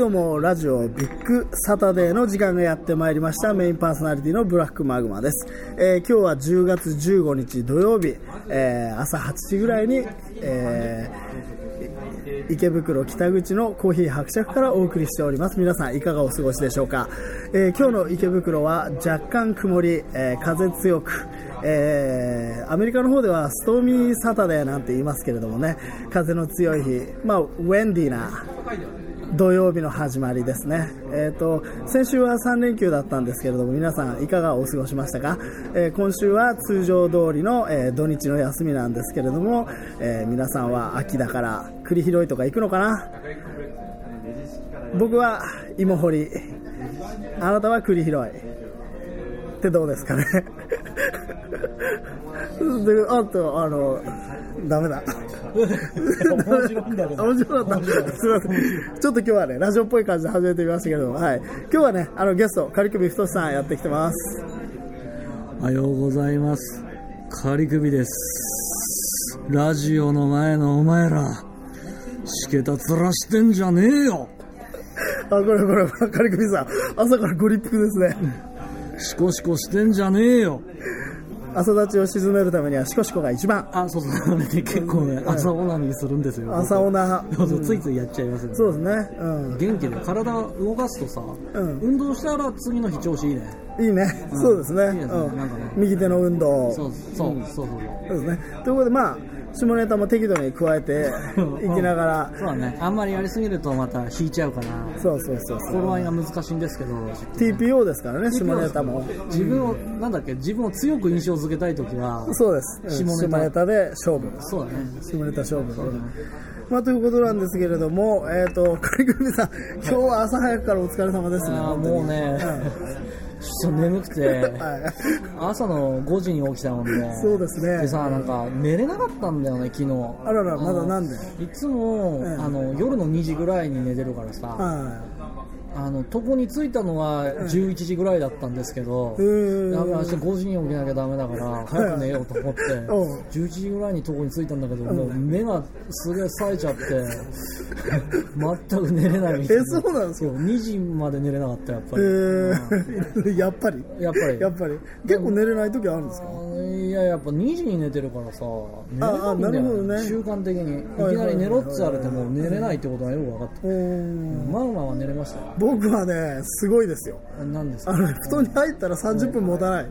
うもラジオビッグサタデーの時間がやってまいりましたメインパーソナリティのブラックマグマです、えー今日は10月15日土曜日、えー朝8時ぐらいに、えーい池袋北口のコーヒー伯爵からお送りしております皆さんいかがお過ごしでしょうか、えー今日の池袋は若干曇り、えー風強く、えーアメリカの方ではストーミーサタデーなんて言いますけれどもね風の強い日、まあ、ウェンディーな土曜日の始まりですね、えー、と先週は3連休だったんですけれども皆さんいかがお過ごしましたか、えー今週は通常通りの、えー土日の休みなんですけれども、えー皆さんは秋だから栗拾いとか行くのかな僕は芋掘りあなたは栗拾いってどうですかね であとあのダメだ面白いんだけど。面白かった。すみません。ちょっと今日はね、ラジオっぽい感じで始めてみましたけども、はい。今日はね、あのゲスト、カリクビ太さんやってきてます。おはようございます。仮首です。ラジオの前のお前ら、しけたつらしてんじゃねえよ。あ、これこれ、カリクビさん、朝からご立腹ですね。シコシコしてんじゃねえよ。朝立ちを沈めるためにはシコシコが一番。あ、そうそう、ね、結構ね、朝オナニーするんですよ。朝オナ。そうそう、ついついやっちゃいますよね。そうですね。うん。元気で体動かすとさ、ん運動したら次の日調子いいね。いいね。そうですね。いいですねなんかねうん。右手の運動。そうそう、そうそそう。うですね。ということで、まあ、下ネタも適度に加え ていきながら、そうだね、あんまりやりすぎるとまた引いちゃうから、そうそうそうそう。頃合いが難しいんですけど、 TPO ですからね、下ネタも。自分を、なんだっけ、自分を強く印象付けたいときは、そうです。うん下ネタ下ネタで勝負。そうだね。下ネタ勝負まあ、ということなんですけれども、えー、とカリグミさん、今日は朝早くからお疲れ様ですね、ああ、本当にもうね、ちょっと眠く て、はい、朝の5時に起きたもんで、そうですねでさ、なんか寝れなかったんだよね、昨日。あらら、まだなんで、いつも、んあの夜の2時ぐらいに寝てるからさ、はあの床に着いたのは11時ぐらいだったんですけど、い、うーんやべ明日5時に起きなきゃダメだから早く寝ようと思ってうん11時ぐらいにとこに着いたんだけどもう目がすげえ冴えちゃって 全く寝れないみたいえそうなんですかそう2時まで寝れなかったやっぱえり、ー やっぱり、やっぱりやっぱり、結構寝れない時あるんですか、いややっぱ2時に寝てるからさ寝れないんだあなるほどよ、ね習慣的にはいいきなり寝ろって言われても寝れないってことがよく分かったうーんまあまあは寝れました僕はね、すごいですよ、何ですあか の布団に入ったら30分持たない、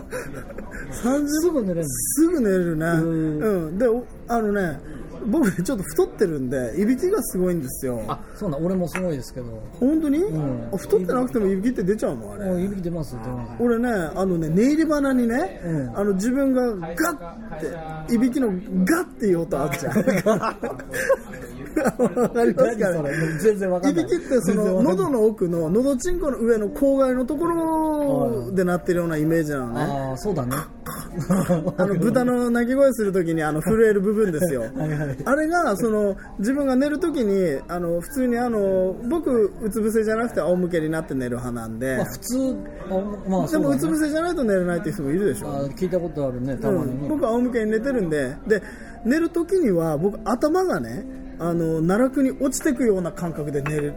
30すぐ寝れるすぐ寝れるね、んうん、で、おあのね、僕ね、ちょっと太ってるんで、いびきがすごいんですよ。あそうなん俺もすごいですけども本当に、んあ太ってなくてもいびきって出ちゃうのあれういびき出ます出ます俺ねあのね寝入り鼻にね、うんあの自分がガッていびきのガッていう音あっちゃうわかります何かそれねもう全然わ かいんなびい。きってその喉の奥の喉チンコの上の口蓋のところで鳴ってるようなイメージなのねああ、そうだね。 あの豚の鳴き声するときにあの震える部分ですよいはいあれがその自分が寝るときにあの普通にあの僕うつ伏せじゃなくて仰向けになって寝る派なんで、まあ普通、あまあでそうもうだつね。伏せじゃないと寝れないっていう人もいるでしあょ、ー聞いたことあるね、たうまにん、ね。僕は仰向けに寝てるんでで寝る時には僕頭がねあの奈落に落ちてくような感覚で寝る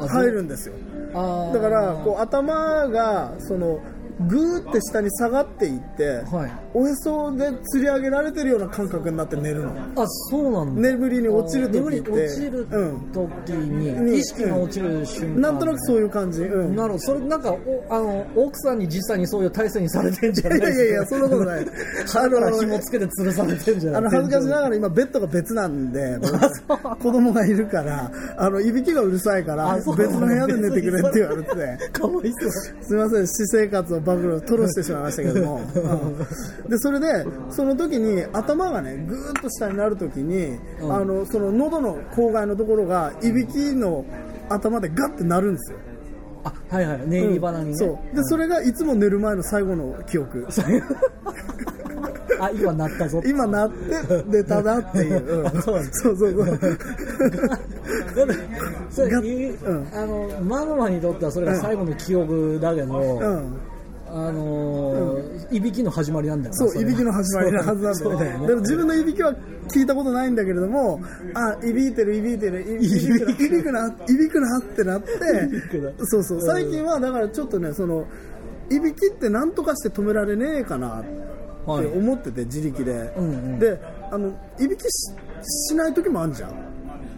あ入るんですよああ。だからこう頭がそのグーって下に下がっていって、はいおへそで釣り上げられてるような感覚になって寝るのあ、そうなんだ。眠りに落ちる時って眠り落ちるうん時にに、意識が落ちる瞬間。なんとなくそういう感じ、うん、なるほど。それ、なんか、おあの、奥さんに実際にそういう体制にされてんじゃないいやいやいやそんなことない あだからの紐つけて吊るされてんじゃないあの恥ずかしながら今ベッドが別なんで僕子供がいるからあのいびきがうるさいからあ別そのう部屋で寝てくれって言われてかわいそう。すみません私生活を暴露吐露してしまいましたけ ども、うんでそれでその時に頭がねぐーっと下になる時に、うんあのその喉の口外のところがいびきの頭でガッてなるんですよ、あ、はいはい。寝入り花にね。そうでそれがいつも寝る前の最後の記憶あ、今鳴ったぞって。今なって出たなっていう、うん、 そうなんそうそうそうだってそれがいううんあのマグマにとってはそれが最後の記憶だけど、うんあのーいびきの始まりなんだよなそう、れいがびきの始まりなはずなんだよそうだよね。ねでも自分のいびきは聞いたことないんだけれども、あ、いびいてる、いびいてる、いびいびくな、いびくな、いびくなってなってな、そうそう、最近はだからちょっとね、その、いびきってなんとかして止められねえかなってはい思ってて、自力で。んうんで、あの、いびきししない時もあるじゃん。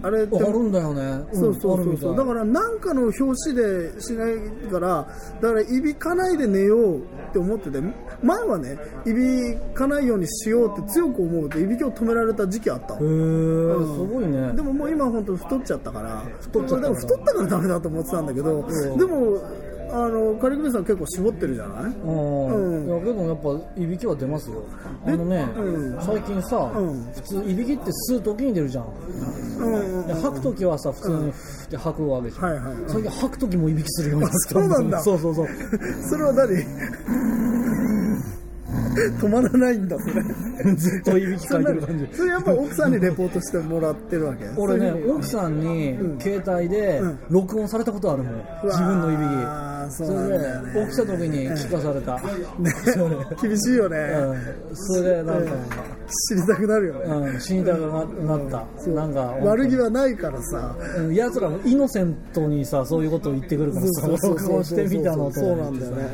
あれってあるんだよねそうそうそうそう、んあだるみたいからなんかの表紙でしないからだからいびかないで寝ようって思ってて前はねいびかないようにしようって強く思うといびきを止められた時期あったのへーすごいねでももう今本当太っちゃったから太っちゃったから太ったからダメだと思ってたんだけど、でもあのカリクミさん結構絞ってるじゃないうん、うんいやでもやっぱいびきは出ますよあのね、う最近さ、ん普通いびきって吸う時に出るじゃん、うんうんで吐く時はさ普通にふーって吐くわけじゃん、はいはい最近吐く時もいびきするようになったあそうなんだそうそうそうそれは何止まらないんだ それずっといびきそかいれてる感じ何それやっぱ奥さんにレポートしてもらってるわけ俺ね奥さんに携帯で録音されたことあるもん、自分のいびきああそそうなんれだよでね起きた時に聞かされた、そ れ厳しいよね、うんそれでなんか、知りたくなるよね、うん、死にたくなった、なんか悪気はないからさやつらもイノセントにさそういうことを言ってくるからさそうそうそうそう録音してみたのとそうなんだよね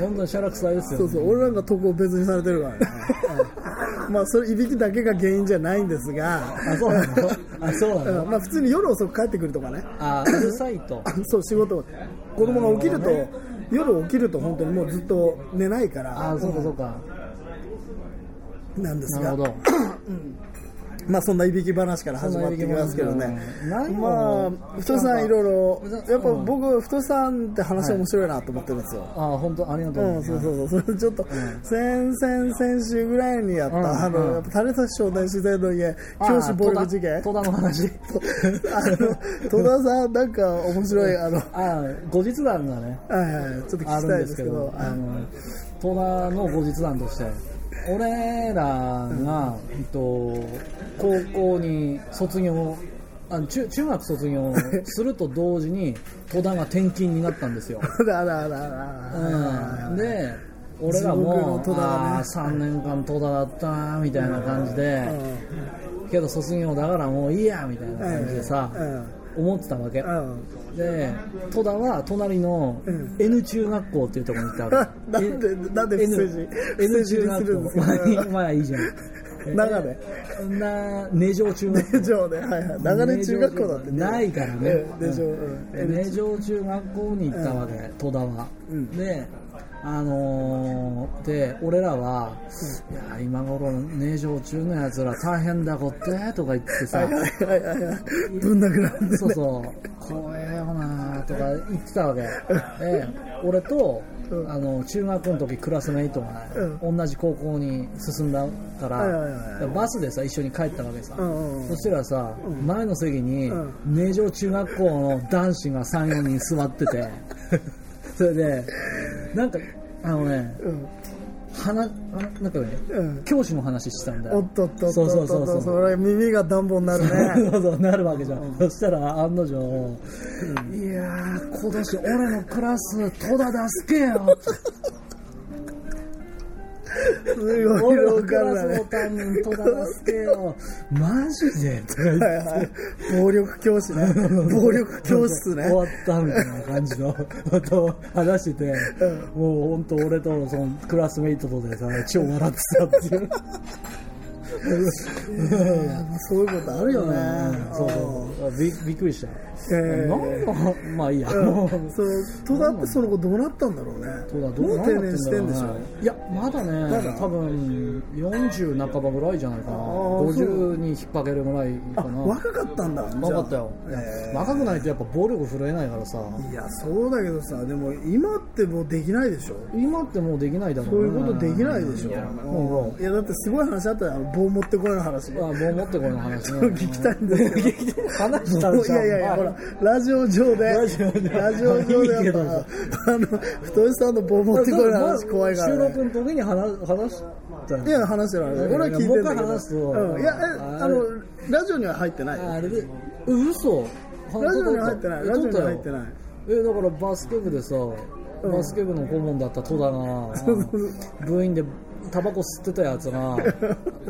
本当にシャラクサですよそうそう俺なんか投稿別にされてるからね、うんまあそれいびきだけが原因じゃないんですがあそうなのあそうなのうんまあ普通に夜遅く帰ってくるとかねあうるさいとそう仕事子供が起きると夜起きると本当にもうずっと寝ないからあそうかそうかなんですなるがほどまあそんないびき話から始まってきますけどねそんないびき話まあ太さんいろいろやっぱ僕太さんって話はい面白いなと思ってるんですよあ本当ありがとうございうんますそうそうそう、それちょっと、先々先週ぐらいにやった、うんあうの、んやっぱ種差し少年自然の家、教師暴力事件。戸田戸田の 話あの、戸田さん、なんか面白い、あの、はあ後日談がねいはい、ちょっと聞あきたるんいでですすけけどど、あの戸田の後日談として俺らが、えっと、高校に卒業あの中中学卒業すると同時に戸田が転勤になったんですよ、あらあらあらあうらん、で俺ら地獄のも、戸田だねああ3年間戸田だったなみたいな感じで、けど卒業だからもういいやみたいな感じでさ、思ってたわけ、うん。うん。で戸田は隣のうん N 中学校っていうところに行 ったわなけんでなんで不 N- 正字 N 不正字に中するん学で校すかまあ まあいいじゃん長ねえな根城 中学校以上で、はいはい。長年中学校だってね。ないからねええでしょ、うんで根城中学校に行ったわけ、戸田は、うんであのーで俺らは、いや今頃根城中のやつら大変だこってとか言ってさはいはいはいはい。ぶん殴られてね。そうそう、怖えよなとか言ってたわけ。で、俺と、うんあの、中学の時クラスメイトが、う同じ高校に進んだかはいはいはいら、バスでさ、一緒に帰ったわけさ。うんうんうんそしたらさ、前の席にうん、名城中学校の男子が3、4人座っ てて、それで、なんか、あのね、うん。話、あのなんかね、うん教師の話してたんだよ。おっとっとっそとうっとそっとうそうそう。それ耳が暖房になる ねそうそうなるわけじゃん、そしたら案の定、いやー今年俺のクラス戸田助けよすごい俺ロのークカルラだスのね担任戸田助けよマジでとか言ってはいはい暴力教師 ね暴力教室ね終わったみたいな感じのことを話してて、もう本当俺とそのクラスメイトとでさ超笑ってたっていうまあそういうことあるよねうんそうそうそうびびっくりした、えーなんのまあいいや、うんそう戸田ってその後どうなったんだろうねそうだどうもなうん定だって年してんでしょいやまだねだ多分40半ばぐらいじゃないかなー50に引っ掛けるぐらいあかな若かったんだ若かったよ、じゃあえ若くないとやっぱ暴力振るえないからさーいやそうだけどさでも今ってもうできないでしょ今ってもうできないだろそうういねうことできないでしょううんいやだってすごい話あったよあの棒持ってこいの話あもう持ってこいの話ね 聞きたいんですけ ど話したもらういさやいやいや、ほら、ラジオ上で、ララジオジオ上で上でやっいいぱ、あの、太いさんの棒持ってこいの話怖いから、ね。収録の時に話話したよいや、話してない。俺は聞いてんだけもう一回ど。話すとうん。いや、え、あの、ラジオには入ってない。あラあれで嘘ジオには入ってない。ラジオには入ってない。えだからバスケ部でさバスケ部の顧問だった戸田が部員でタバコ吸ってたやつ が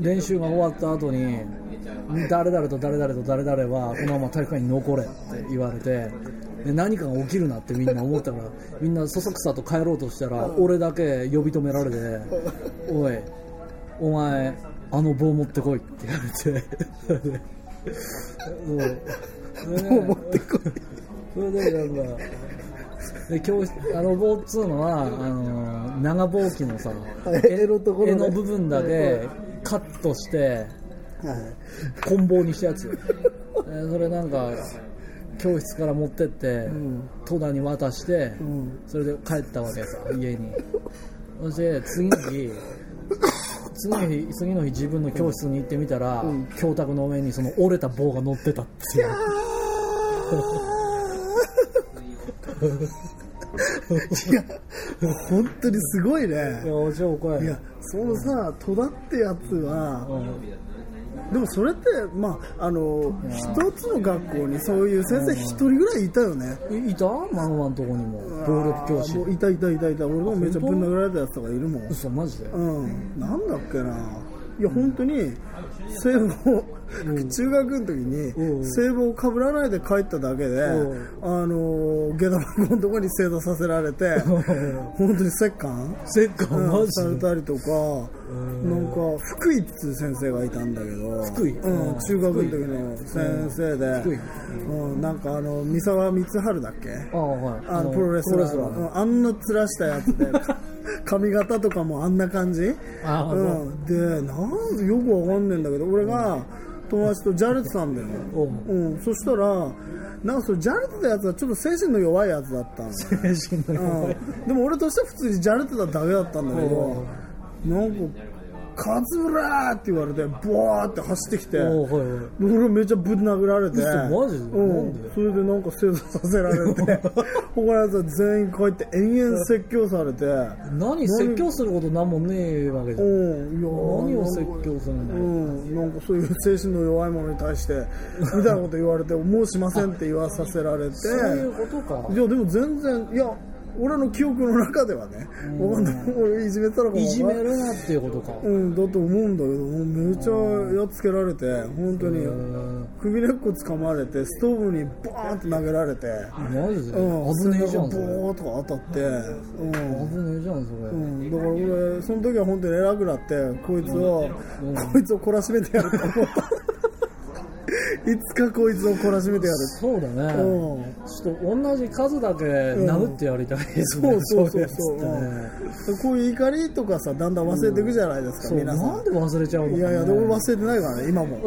練習が終わった後に誰々と誰々と誰々はこのまま体育館に残れって言われてで何かが起きるなってみんな思っ たからみんなそそくさと帰ろうとしたら俺だけ呼び止められ て「おいお前あの棒持ってこい」って言われて持っそうそれでてこいそれでなんかで教室あの棒っつうのはあの長棒機のさ柄のところね柄の部分だけカットしてはい棍棒にしたやつ よでそれなんか教室から持ってって、戸田に渡して、んそれで帰ったわけさ家にそして次の日次の日次の日自分の教室に行ってみたら、教卓の上にその折れた棒が乗ってたっていういや、もう本当にすごいいやね。おじゃおこいやや、そのさ、戸田ってやつは、うんでもそれって、まあ、あの、一つの学校にそういう先生一人ぐらいいたよね。いいたマンマンとこにも暴力教師もういたいたいたいた。俺もめっちゃぶん殴られたやつとかいるもん。嘘マジでうん。なんだっけな。いや、本当に、聖望、中学の時うんに、聖望をかぶらないで帰っただけで、うあの、下駄箱のとこに正座させられて、本当に折感せっかうんマされジでたりとか、なんか福井っていう先生がいたんだけど、福井うん、中学の時の先生で、福井うん、なんかあの三沢光晴だっけ？ああはいあのプロレスラーの、プロレうんあんなつらしたやつで、 か髪型とかもあんな感じ？あーうん、で、なんよくわかんねえんだけど、俺が友達とじゃれてたんだよ。おううん、そしたら。なんかそれじゃれてたやつはちょっと精神の弱いやつだったのスラーのうんでも俺としては普通にじゃれてただけだったんだけど、なんか、カズブラーって言われて、ボワーって走ってきて、おうはいはいで俺めっちゃぶん殴られて、嘘マジでうなんんで、それでなんか正座させられ て、他のやつは全員帰って延々説教されて、何説教することなんもねえわけじゃうんん、いやー何を説教するうのん、なんかそういう精神の弱いものに対して、みたいなこと言われて、もうしませんって言わさせられて、そういうことかいやでも全然いや俺の記憶の中ではね、わかんない俺いじめたのかもいじめるるなっていうことかうんだと思うんだけどもうめっちゃやっつけられて本当に首根っこ掴まれてストーブにバーンって投げられて、マジでうん、危ねえじゃんそ背中ボれーンとか当たってうん危ねえじゃんそれうん、だから俺その時は本当に偉くなってこいつを、こいつを懲らしめて やると思ったいつかこいつを懲らしめてやるそうだうねんちょっと同じ数だけ殴ってやりたいですねそうそううそいそううやつそう、ってねうんこういう怒りとかさだんだん忘れていくじゃないですか、そう皆さなんんで忘れちゃうのかねいやいや俺忘れてないからね今も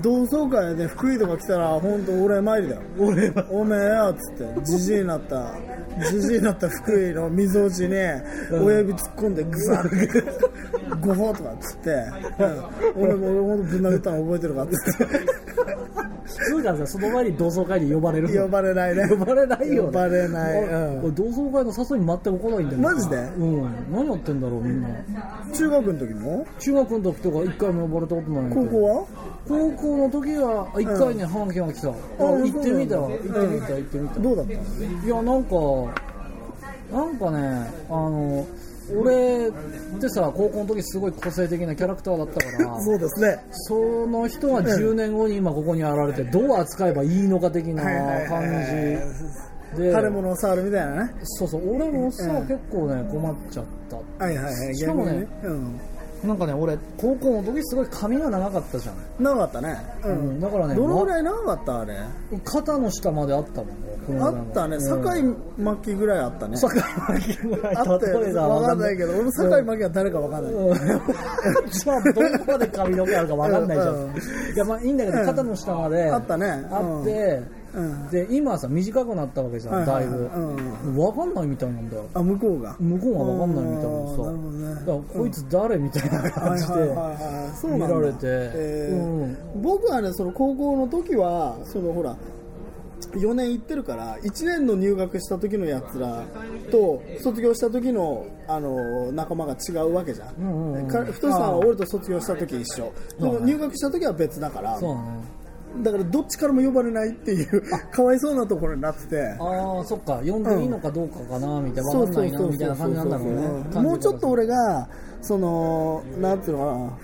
同窓会で福井とか来たら本当俺参りだよ俺はおめえよっつってじじいになったじじいになった福井の溝落ちに親指突っ込んでグサッてごほうとかっつって、うん俺も俺もぶん殴ったの覚えてるかっつって普通がさその前に同窓会に呼ばれ る呼ばれないね呼ばれないよ、ね、呼ばれない俺うん俺同窓会の誘いに全く来ないんだよマジでうん何やってんだろうみんな中学の時も中学の時とか一回も呼ばれたことない高校はは高校の時はあ一回ね半径が来た、そうなん行だってみた行ってみうた行ってみた、どうだったのいやなんかなんかねあの俺ってさ高校の時すごい個性的なキャラクターだったか らそうですねその人が10年後に今ここに現れてどう扱えばいいのか的なはいはい感はいじで食べ物を触るみたいなねそうそう俺もさ結構ね困っちゃっはいはいはいしかもね逆にうんたなんかね俺高校の時すごい髪が長かったじゃん、長かったね、ううんん、だからねどのぐらい長かったあれ、ま肩の下まであったもんねこのあぐらいのったねうん堺末期ぐらいあったね、堺巻きぐらいあったよ例分えがかんないけど俺も堺真紀は誰か分かんない、うん じゃあどこまで髪の毛あるかわかんないじゃん、うんいやまあいいんだけど肩の下まであったねうんあって、うんで今さ短くなったわけじゃん、はいはいだいぶ、うわかんないみたいなんだよあ向こうが向こうがわかんないみたいなあーさ、なだるほどからねこいつ誰みたいな感じで、はいはいはいはいそうなんだ見られてえーう僕はねその高校の時はそのほら4年行ってるから1年の入学した時のやつらと卒業した時のあの仲間が違うわけじゃん,、んうんうんか太さんは俺と卒業した時一緒でも入学した時は別だからそうだねだからどっちからも呼ばれないっていうかわいそうなところになっててああそっか呼んでいいのかどうかかなみたいな分かんないなみたいな感じなんだろうねもうちょっと俺がそのなんていうのかな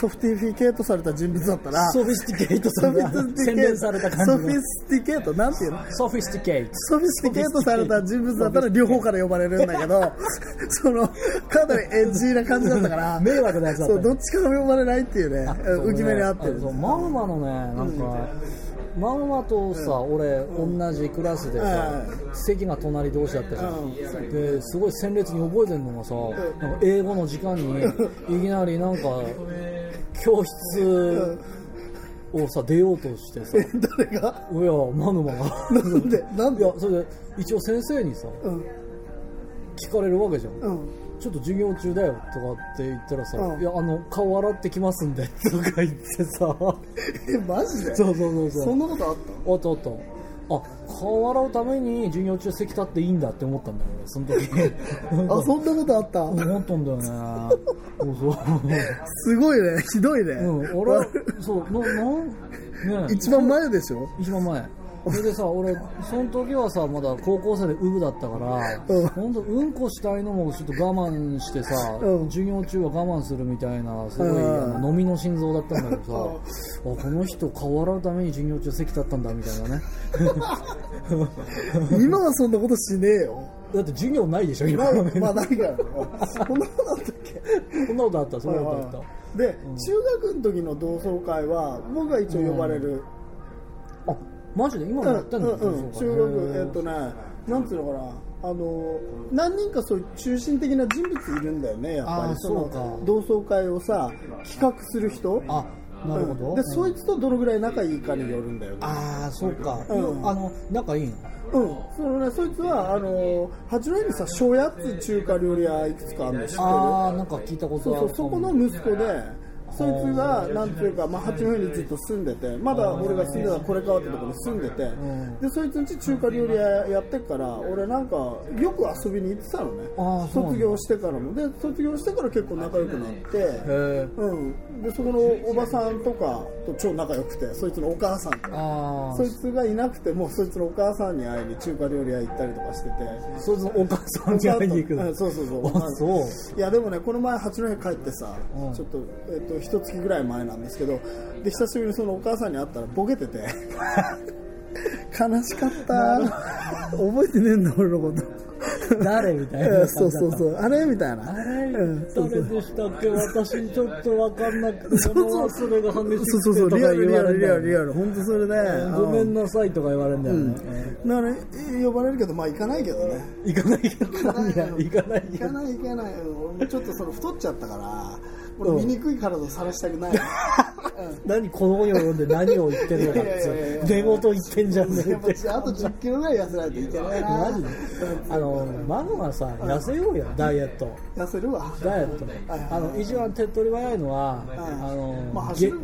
ソフティフィケートされた人物だったらソフィスティケートさソれフたィスティケ洗ー練トされたソフ感じィのスティケートなんていうのソフィスティケートソフィスティケートされた人物だったら両方から呼ばれるんだけど、 その、かなりエッジーな感じだったから、迷惑なやつだったそう、ねどっちからも呼ばれないっていうね、そう浮き目にあってるあ。そうまんまのねなんか、まんまとさ、俺同じクラスでさ、席が隣同士だったじゃん、ですごい鮮烈に覚えてるのがさ、なんか英語の時間にいきなりなんか教室をさ出ようとしてさ誰が おやマヌマがなんで、なんいでやそれで一応先生にさうん、聞かれるわけじゃん、うん。ちょっと授業中だよとかって言ったらさ、うんいやあの顔洗ってきますんでとか言ってさえ、マジでそうそうそうそうそんなことあったおっとおっとあ顔洗うために授業中席立っていいんだって思ったんだよ俺その時 なんかあ、そんなことあった、思ったんだよねそうそうすごいね、ひどいね。うん俺はそうななんね一番前でしょ一番前それでさ俺その時はさまだ高校生でウブだったから、うんほんとうんこしたいのもちょっと我慢してさ、うん授業中は我慢するみたいなすごい、うんあの飲みの心臓だったんだけどさ、あこの人顔洗うために授業中席立ったんだみたいなね今はそんなことしねえよ。だって授業ないでしょ今まあ、まあ、ないから。そんなことあったっけそんなことあったそんなことあった、で、中学の時の同窓会は僕が一応呼ばれる、あマジで今うもんやってんの、うんうん中学えっとねなんていうのかなあの何人かそういう中心的な人物いるんだよねやっぱあーりそのそうか同窓会をさ企画する人あなるほど、うんでそいつとどのぐらい仲いいかによるんだよねああそうか、うんあの仲いいのうんそのねそいつはあの八戸にさ庄屋っつう中華料理屋いくつかあるの知ってるああなんか聞いたことそうあそるうそこの息子でそいつがなんていうか、まあ、八戸にずっと住んでてまだ俺が住んでたこれ川ってとこに住んでてんでそいつんち中華料理屋やってっから俺なんかよく遊びに行ってたのねあーそうなんだ卒業してからもで卒業してから結構仲良くなって、へえうん、でそこのおばさんとかと超仲良くてそいつのお母さんとああそいつがいなくてもそいつのお母さんに会いに中華料理屋行ったりとかしてて。そいつのお母さんに会いに行くうのんそうそうそうあそういやでもねこの前八戸帰ってさ、うんちょっとえっと一月ぐらい前なんですけどで久しぶりにそのお母さんに会ったらボケて て悲しかった覚えてねえんだ俺のこと誰みたいなえ感ーじそうだったそうそうあれみたいな誰うんそうそう誰でしたっけ私ちょっと分かんなくてそう物忘れが激しそうそうそうくてとリアかル言リアわれルリアルるんだリアよル本当それで、ねうごめんなさいとか言われるんだよねだからね呼ばれるけどまあ行かないけどね行かな いけど何や行かないけ行かどない行かない俺もちょっとその太っちゃったから俺醜い体さらしたくない、 何この世を読んで何を言ってるのかっいやいやいやいやて出言言ってんじゃんねやえっってぱあと1 0キロぐらい痩せないといけないなマジであのマグはさ痩せようよダイエット痩せるわダイエットあの一番手っ取り早いのはあまあの走げる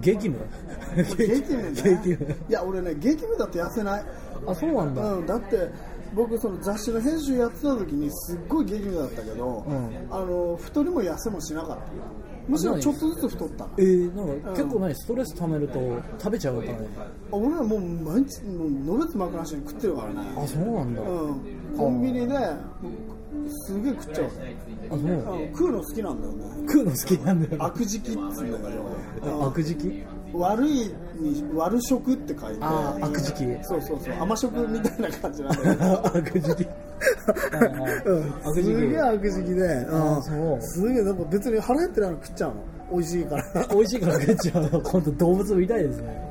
激務 激務だ激務いや俺ね激務だと痩せない、あそうなんだうん、だって僕その雑誌の編集やってた時にすっごい激務だったけど、んあの太りも痩せもしなかったむしろちょっとずつ太ったのえー、なんか結構ないストレス溜めると食べちゃうからね俺はもう毎日もうのべつ幕なしに食ってるからねあそうなんだ、あうんコンビニですげえ食っちゃうそうなんだうん食うの好きなんだよね食うの好きなんだよ悪食きっつうんだけど、悪食期うん、悪いに悪食って書いてああ悪食期そうそうそう甘食みたいな感じなんだけど悪食期 うん、すげえ悪食で、あそうすげえなんか別に腹減ってないの食っちゃうの美味しいから いやだ美味しいから食っちゃうの今度動物みたいですね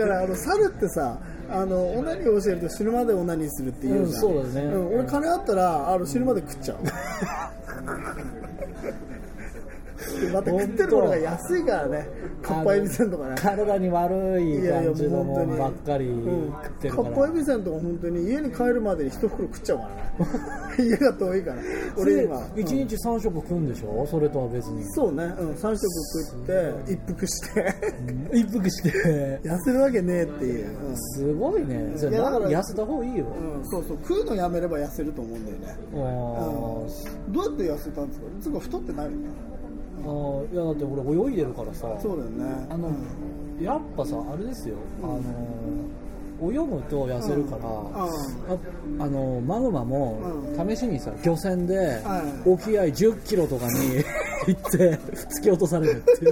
からあの猿ってさあのオナニーを教えると死ぬまでオナニーするっていうじゃん、うんそうだねん俺金あったらあの死ぬまで食っちゃう また食ってるものが安いからねかっぱえびせんとかね体に悪いいやいや感じものうも本当んにばっかりうん食ってるかかっら、ぱえびせんとか本当に家に帰るまでに一袋食っちゃう からね家が遠いから俺今1日3食食うんでしょそれとは別にそうね、うん、3食食って一服して一服して痩せるわけねえっていう、すごいねそれいやだだかからら痩せた方がいいよ、うんそうそう食うのやめれば痩せると思うんだよねあーどうやって痩せたんですかつうか太ってないよねあいやだって俺泳いでるからさそうだよねあのやっぱさあれですよ、あの泳ぐと痩せるから、ああのマグマも試しにさ漁船でう沖合1 0キロとかに 行って突き落とされるって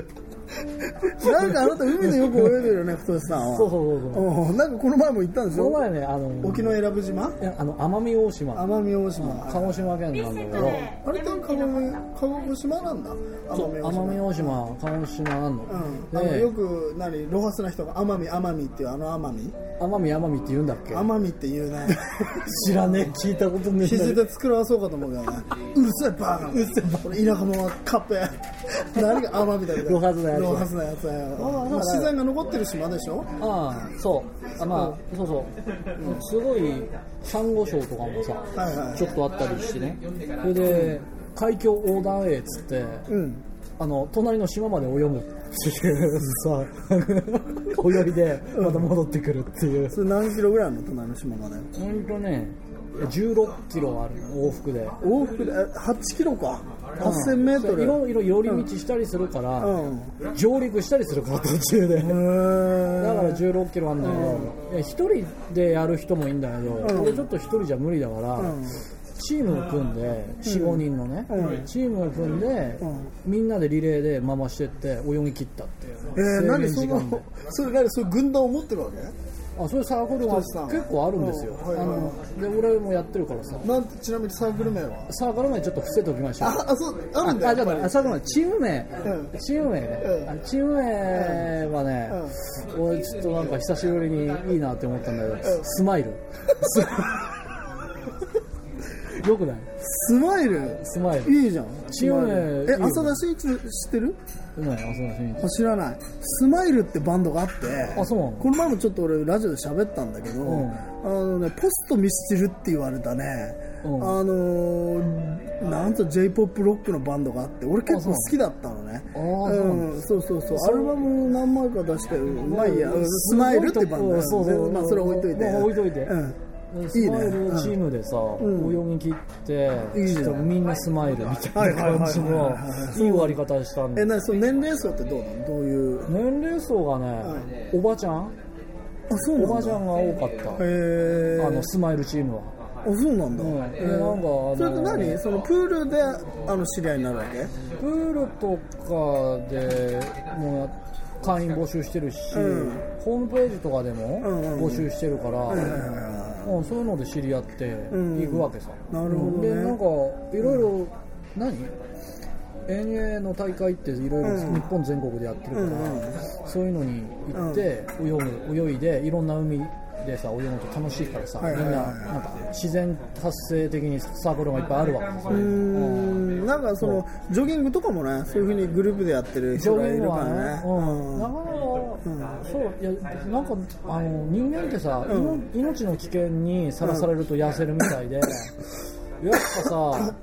いうなんかあなた海でよく泳いでるよね太志さんはそうそうそうそううんなんかこの前も行ったんでしそのょ前ねあの沖永良部島いやあの奄美大島奄美大島鹿児島県なんだけどあれって鹿児鹿児島なんだそう奄美大島鹿児島あんの,、うん、あのよでく何ロハスな人が奄美奄美っていうあの奄美奄美奄美って言うんだっけ奄美っていう ね知らねえ聞いたことねえんだ肘けどで作らそうかと思うけどねうるせえバーンうるせえバーン田舎者はカッペ何が奄美だよロハスなやつロハスなやつだよああまあ自然が残ってる島でしょああそうあまあそうそうすごいサンゴ礁とかもさ、はいはいちょっとあったりしてねそれで海峡横断へっつって、うんあの隣の島まで泳ぐっていうさ 泳いでまた戻ってくるっていうそれ何キロぐらいあるの隣の島までほんとね16キロあるの往復で往復でえ8キロか8000メートルいろいろ寄り道したりするから、うん上陸したりするから途中でだからへえ16キロあるんだけど、いや一人でやる人もいいんだけど、ん俺ちょっと一人じゃ無理だから、んチームを組んで45、5人のね、うんチームを組んで、んみんなでリレーで回してって泳ぎ切ったっていう、えー、何制そ限時間でのそれ何それ軍団を持ってるわけあそういうサークルがさん結構あるんですよ、うんはいはいはいあので俺もやってるからさなんてちなみにサークル名はサークル名ちょっと伏せておきましょうああそうあるんだよあ、じゃやっぱあ、りさっきのチーム名う、んチーム名ねう、んあチーム名はね、俺ちょっとなんか久しぶりにいいなって思ったんだけど、スマイル。 よくないスマイルスマイル。いいじゃんチーム名えいいよ浅田真一知ってるうまい、浅田真一あ知らないスマイルってバンドがあってあそうなのこの前もちょっと俺ラジオで喋ったんだけど、うんあのねポストミスチルって言われたね、うんあのーなんと j p o p ロックのバンドがあって俺結構好きだったのねあそうなんうん、そうそうそうアルバム何枚か出してるまあいいや、うんスマイルってバンドすごいとこそうそうまあそれは置いといて、まあ置いといてうんいスいマねイルチームでさ、ん泳ぎ切って、いいじゃんちょっとみんなスマイルみたいな感じはいのはいはいはいはい、いい終わり方したんえで。なにその年齢層ってどうなのどういう年齢層がね、おばちゃんあそうおばちゃんが多かった。へえあのスマイルチームは。あそうなんだ、うんええなんかあのそれと何そのプールであの知り合いになるわけプールとかでもう会員募集してるし、うんホームページとかでもんうんうん募集してるから、うんそういうので知り合ってん行くわけさ、なるほどねでなんかいろいろ何 NA の大会っていろいろうん日本全国でやってるから、うんうんそういうのに行って泳ぐ泳いでいろんな海でさ泳ぐと楽しいからさ、はいはいはいはいみんななんか自然達成的にサークルがいっぱいあるわけですようーんなんかそのジョギングとかもねそういうふうにグループでやってる人がいるからねうん、なうんかなか、そう、いや、なんか、あの、人間ってさ、いの命の危険にさらされると痩せるみたいで、やっ ぱさ、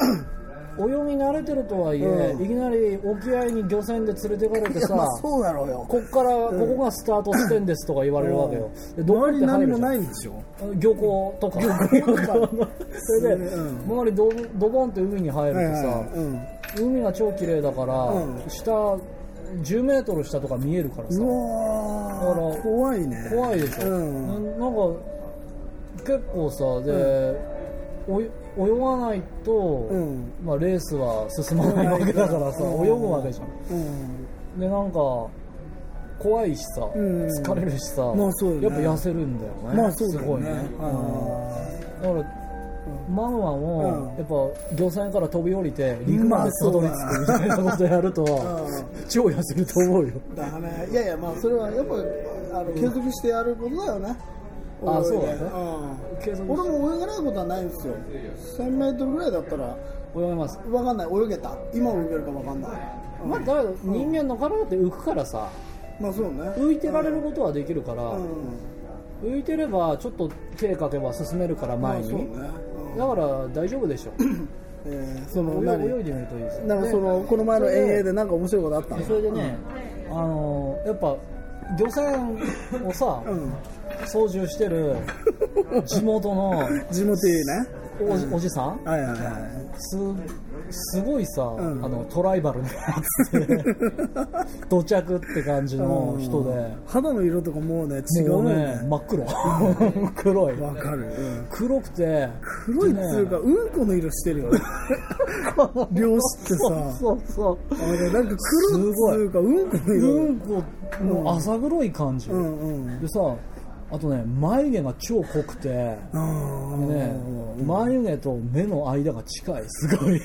泳ぎ慣れてるとはいえ、ういきなり沖合に漁船で連れてかれてさ、まあそうだろうよこっから、ここがスタート地点ですとか言われるわけよ。でどこ周っりてに入何るもじゃんないんでしょ漁港とか。 それで、うん周りドドボンって海に入るとさ、うん海が超綺麗だから、うん下10メートル下とか見えるからさうわだからー怖いね怖いでしょ、うんななんか結構さで、おい泳がないと、うんまあ、レースは進まないわけだからさ、うん泳ぐわけじゃんうんでなんか怖いしさ、ん疲れるしさ、まあそうだやよっねぱ痩せるんだよね、まあそうだすよごいねね、あうんだからマグマも、やっぱ漁船から飛び降りて陸ままあでそう外だに着くみたいなことやると、う超痩せると思うよーだねいやいやまあそれはやっぱあの継続してやることだよねあそうだねうん継続して俺も泳がないことはないんですよ1000メートルぐらいだったら泳げますわかんない泳げた今泳げるかわかんないまあ、だから人間の体って浮くからさまあそうね浮いてられることはできるから、うん浮いてればちょっと手かけば進めるから前に、まあだから大丈夫でしょそうねえーその泳い泳い何でみるといいですよなんかそのこの前のそれで AA でなんか面白いことあったのそれでね、あのーやっぱ漁船をさ、うん操縦してる地元の地元いいねおじおじさんはいはいはいすすごいさ、んあのトライバルなやつ で土着って感じの人で、肌の色とかもうね違うももんねうね真っ黒黒いわかる、うん黒くて黒いっつうか、うんこの色してるよね 漁師ってさそうそうあれなんか黒っつうかうんこの色、うんこの浅黒い感じ、うんうんでさあとね眉毛が超濃くて、あーね、眉毛と目の間が近いす ごい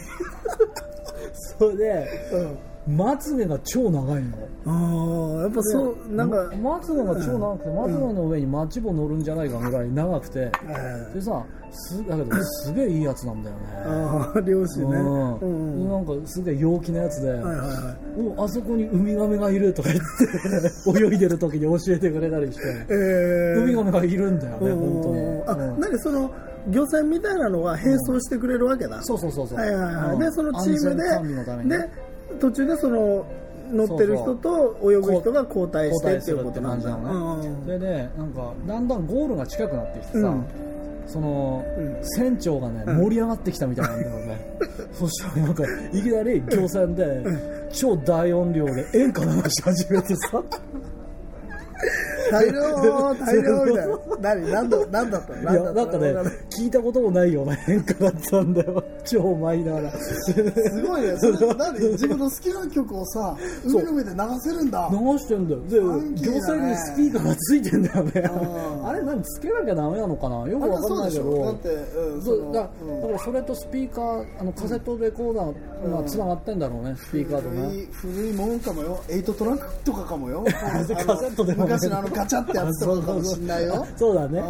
それでうんまつ毛が超長いのああやっぱそうなんか、まつ毛が超長くてまつ毛の上にマッチ棒乗るんじゃないかぐらい長くてえーでさすだけどすげえいいやつなんだよねああ漁師ねうんうんうんなんかすげえ陽気なやつで、はいはいはいおあそこにウミガメがいるとか言って 泳いでる時に教えてくれたりしてえーウミガメがいるんだよねうん本当にあ、うんなんかその漁船みたいなのは並走してくれるわけだ、そうそうそうそう、はいはいはい、うんでそのチー安全管理のためムにでで途中でその乗ってる人と泳ぐ人が交代交して代ってすいうるこってとな感んじだなのね、うんそれでなんかだんだんゴールが近くなってきてさ、うんその、うん船長がね盛り上がってきたみたいなんだよね、そしたらなんかいきなり漁船で超大音量で演歌流し始めてさ大量大量みたいな何何だ何だったのい何やなんかねわい聞いたこともないような演歌だったんだよ超マイナーなすごい ねそれ何自分の好きな曲をさ海の上で流せるんだ流してんだよでンキー漁だね船にスピーカーがついてんだよねうんあれ何つけなきゃダメなのかなよくあれわかんそうなでいけしどょだってうんそそうのだうんだからそれとスピーカーあのカセットレコーダーがつながってんだろうね、スピーカーと古ねい古いもんかもよ8トラックとかかも よあのカセットでもね昔のあのガチャってやつとかかもしんないよそうだねんあ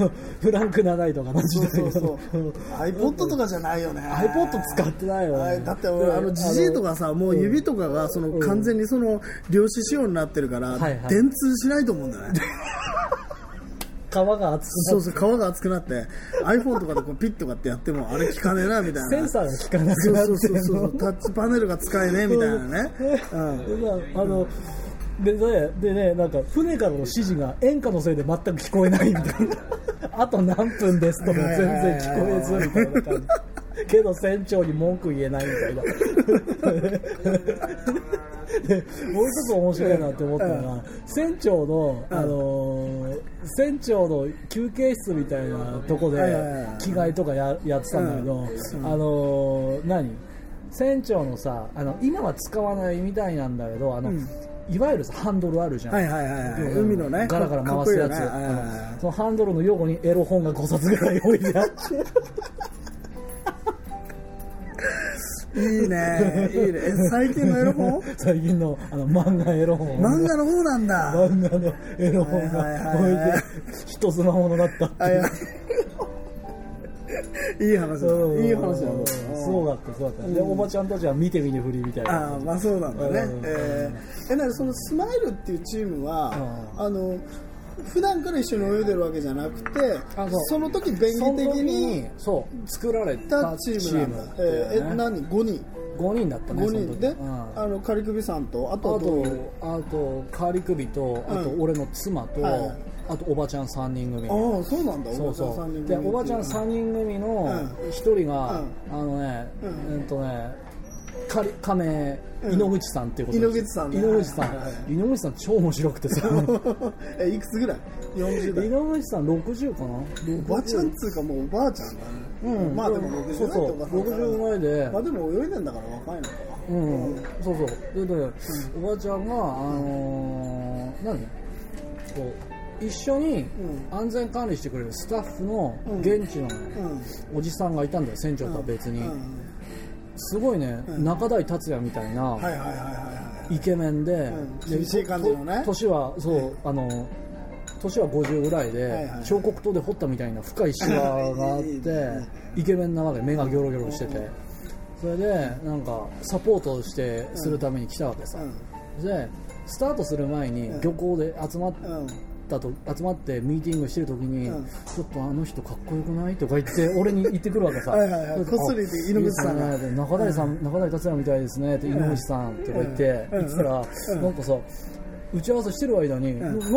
のフランク長いとかの時そう代そうのそう iPod とかじゃないよね iPod 使ってないよはいねだって俺あのじじいとかさもう指とかがその完全にその量子仕様になってるからはいはい電通しないと思うんだよね 皮が厚そうそう皮が厚くなって iPhone とかでこうピッとかってやってもあれ効かねえなみたいなセンサーが効かなそくうなってそるうそうそう タッチパネルが使えねえみたいなねうんでまああのでねでねなんか船からの指示が演歌のせいで全く聞こえないみたいな あと何分ですとも全然聞こえずみたいな感じけど船長に文句言えないみたいな でもう一つ面白いなって思ったのが船長の、あのー船長の休憩室みたいなとこではいはいはい着替えとかややってたんだけど、あのー何船長のさあの今は使わないみたいなんだけどあの、いわゆるさハンドルあるじゃん、はいはいはいはい要は海のねガラガラ回すやつかっこいいよねはいはいはいあのそのハンドルの横にエロ本が5冊ぐらい置いてあっていいねいいねえ最近 のエロ本最近のあの漫画エロ本漫画の方なんだ漫画のエロ本がはいはいはいは置いて人妻ものだったってあいいうやいい話だうんいい話だそうだったそうだったでおばちゃんたちは見て見ぬふりみたいなああまあそうなんだねうんえーえなにそのスマイルっていうチームはうあの普段から一緒に泳いでるわけじゃなくてあそうその時便その宜的時にそう作られたたチチームなんームだっていうねえーえ何5人5人だったね5その人時でうんあのカリクビさんとああとどとういう、あと、カーリ首と、あとう俺の妻と、はいはいあとおばちゃん3人組。ああそうなんだそうおばちゃんそ3人組う。で、おばちゃん3人組のう1人が、うあのね、ううんん、とね、カリ亀、井ノ口さんっていうこと井ノ口さんね井ノ口さはいはいはん。井ノ口さん超面白く てさ。えいくつぐらい井 ?40 代ノ口さん60かなおばちゃんっつうかもうおばあちゃんだね、うんまあでも60そ代うそとうかだから60前でまあでも泳いでんだから若いのかうん、そうそう。それで、おばちゃんが、あのー、何こう、一緒に安全管理してくれるスタッフの現地のなうんおじさんがいたんだよ、船長とは別に。うんすごいね、中台達也みたいなはいはいはいはいはいイケメンでん、で厳しい感じのねと年は、そう、あの、年は50ぐらいはいではい、彫刻刀で彫ったみたいな深いシワがあっいいねて、イケメンなわけ、目がギョロギョロしてて。それで、なんか、サポートして、するために来たわけさ。でスタートする前に漁港で集まっうんうんたと集まってミーティングしてる時に、うんちょっとあの人かっこよくないとか言って俺に言ってくるわけさはいはいはいそれでこっそり言って井ノ口さんがいいですね中谷さん、中谷達也みたいですねって井ノ口さんとか言って、うん言ってたら、なんかさ打ち合わせしてる間に、なんかね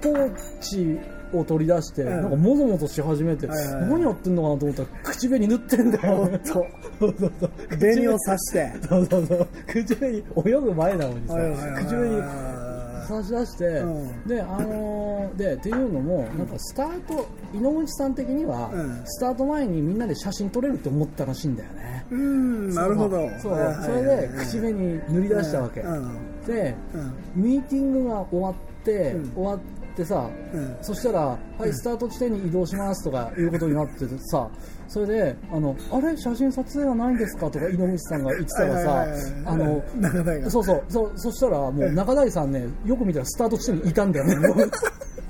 ポーチを取り出して、なんかもぞもぞし始めて、いはいはい何やってんのかなと思ったら口紅塗ってんだよ そうそうそう紅を刺してそうそうそう口紅泳ぐ前なのにさはいはいはい口紅差し出して、うんであのーでっていうのもなんかスタート井ノ口さん的には、うんスタート前にみんなで写真撮れるって思ったらしいんだよねうんなるほどそう、はいはいはいそれで口紅塗り出したわけ、うんで、うんミーティングが終わって、ん終わってさ、うんそしたら、はい、スタート地点に移動しますとかいうことになっててさ、それで、あの、あれ、写真撮影はないんですかとか、井ノ口さんが言ってたらはいはいはいはいさ、あの、中台がそうそう、そうそしたら、もう中台さんね、よく見たらスタート地点にいたんだよね。もう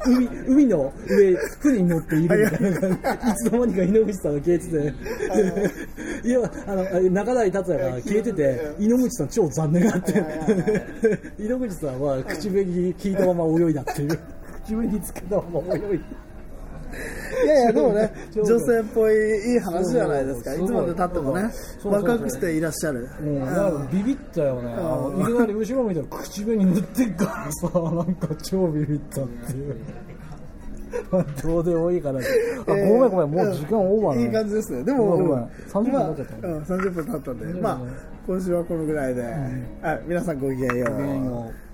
海海の上、船に乗っているみたいな感じ、いつの間にか井ノ口さんが消えてて、いや、あの、中台達也が消えてて、井ノ口さん超残念があって、 井ノ口さんは口紅聞いたまま泳いだっていう。口紅つけたまま泳いだ。いやいやでも ねちょうど女性っぽいいい話じゃないですかいつそうまでたってもねそうそうそう若くしていらっしゃるもうだからビビったよね、あのいきなり後ろ見たら口紅塗ってっからさ、 なんか超ビビったっていう、まあ どうでもいいから、あごめんごめん、もう時間オーバーいねい感じですねでごもめんごめうんん30分経っちゃったまあうん30分経ったんでまあ今週はこのぐらいではい皆さんごきげんよごきげんようう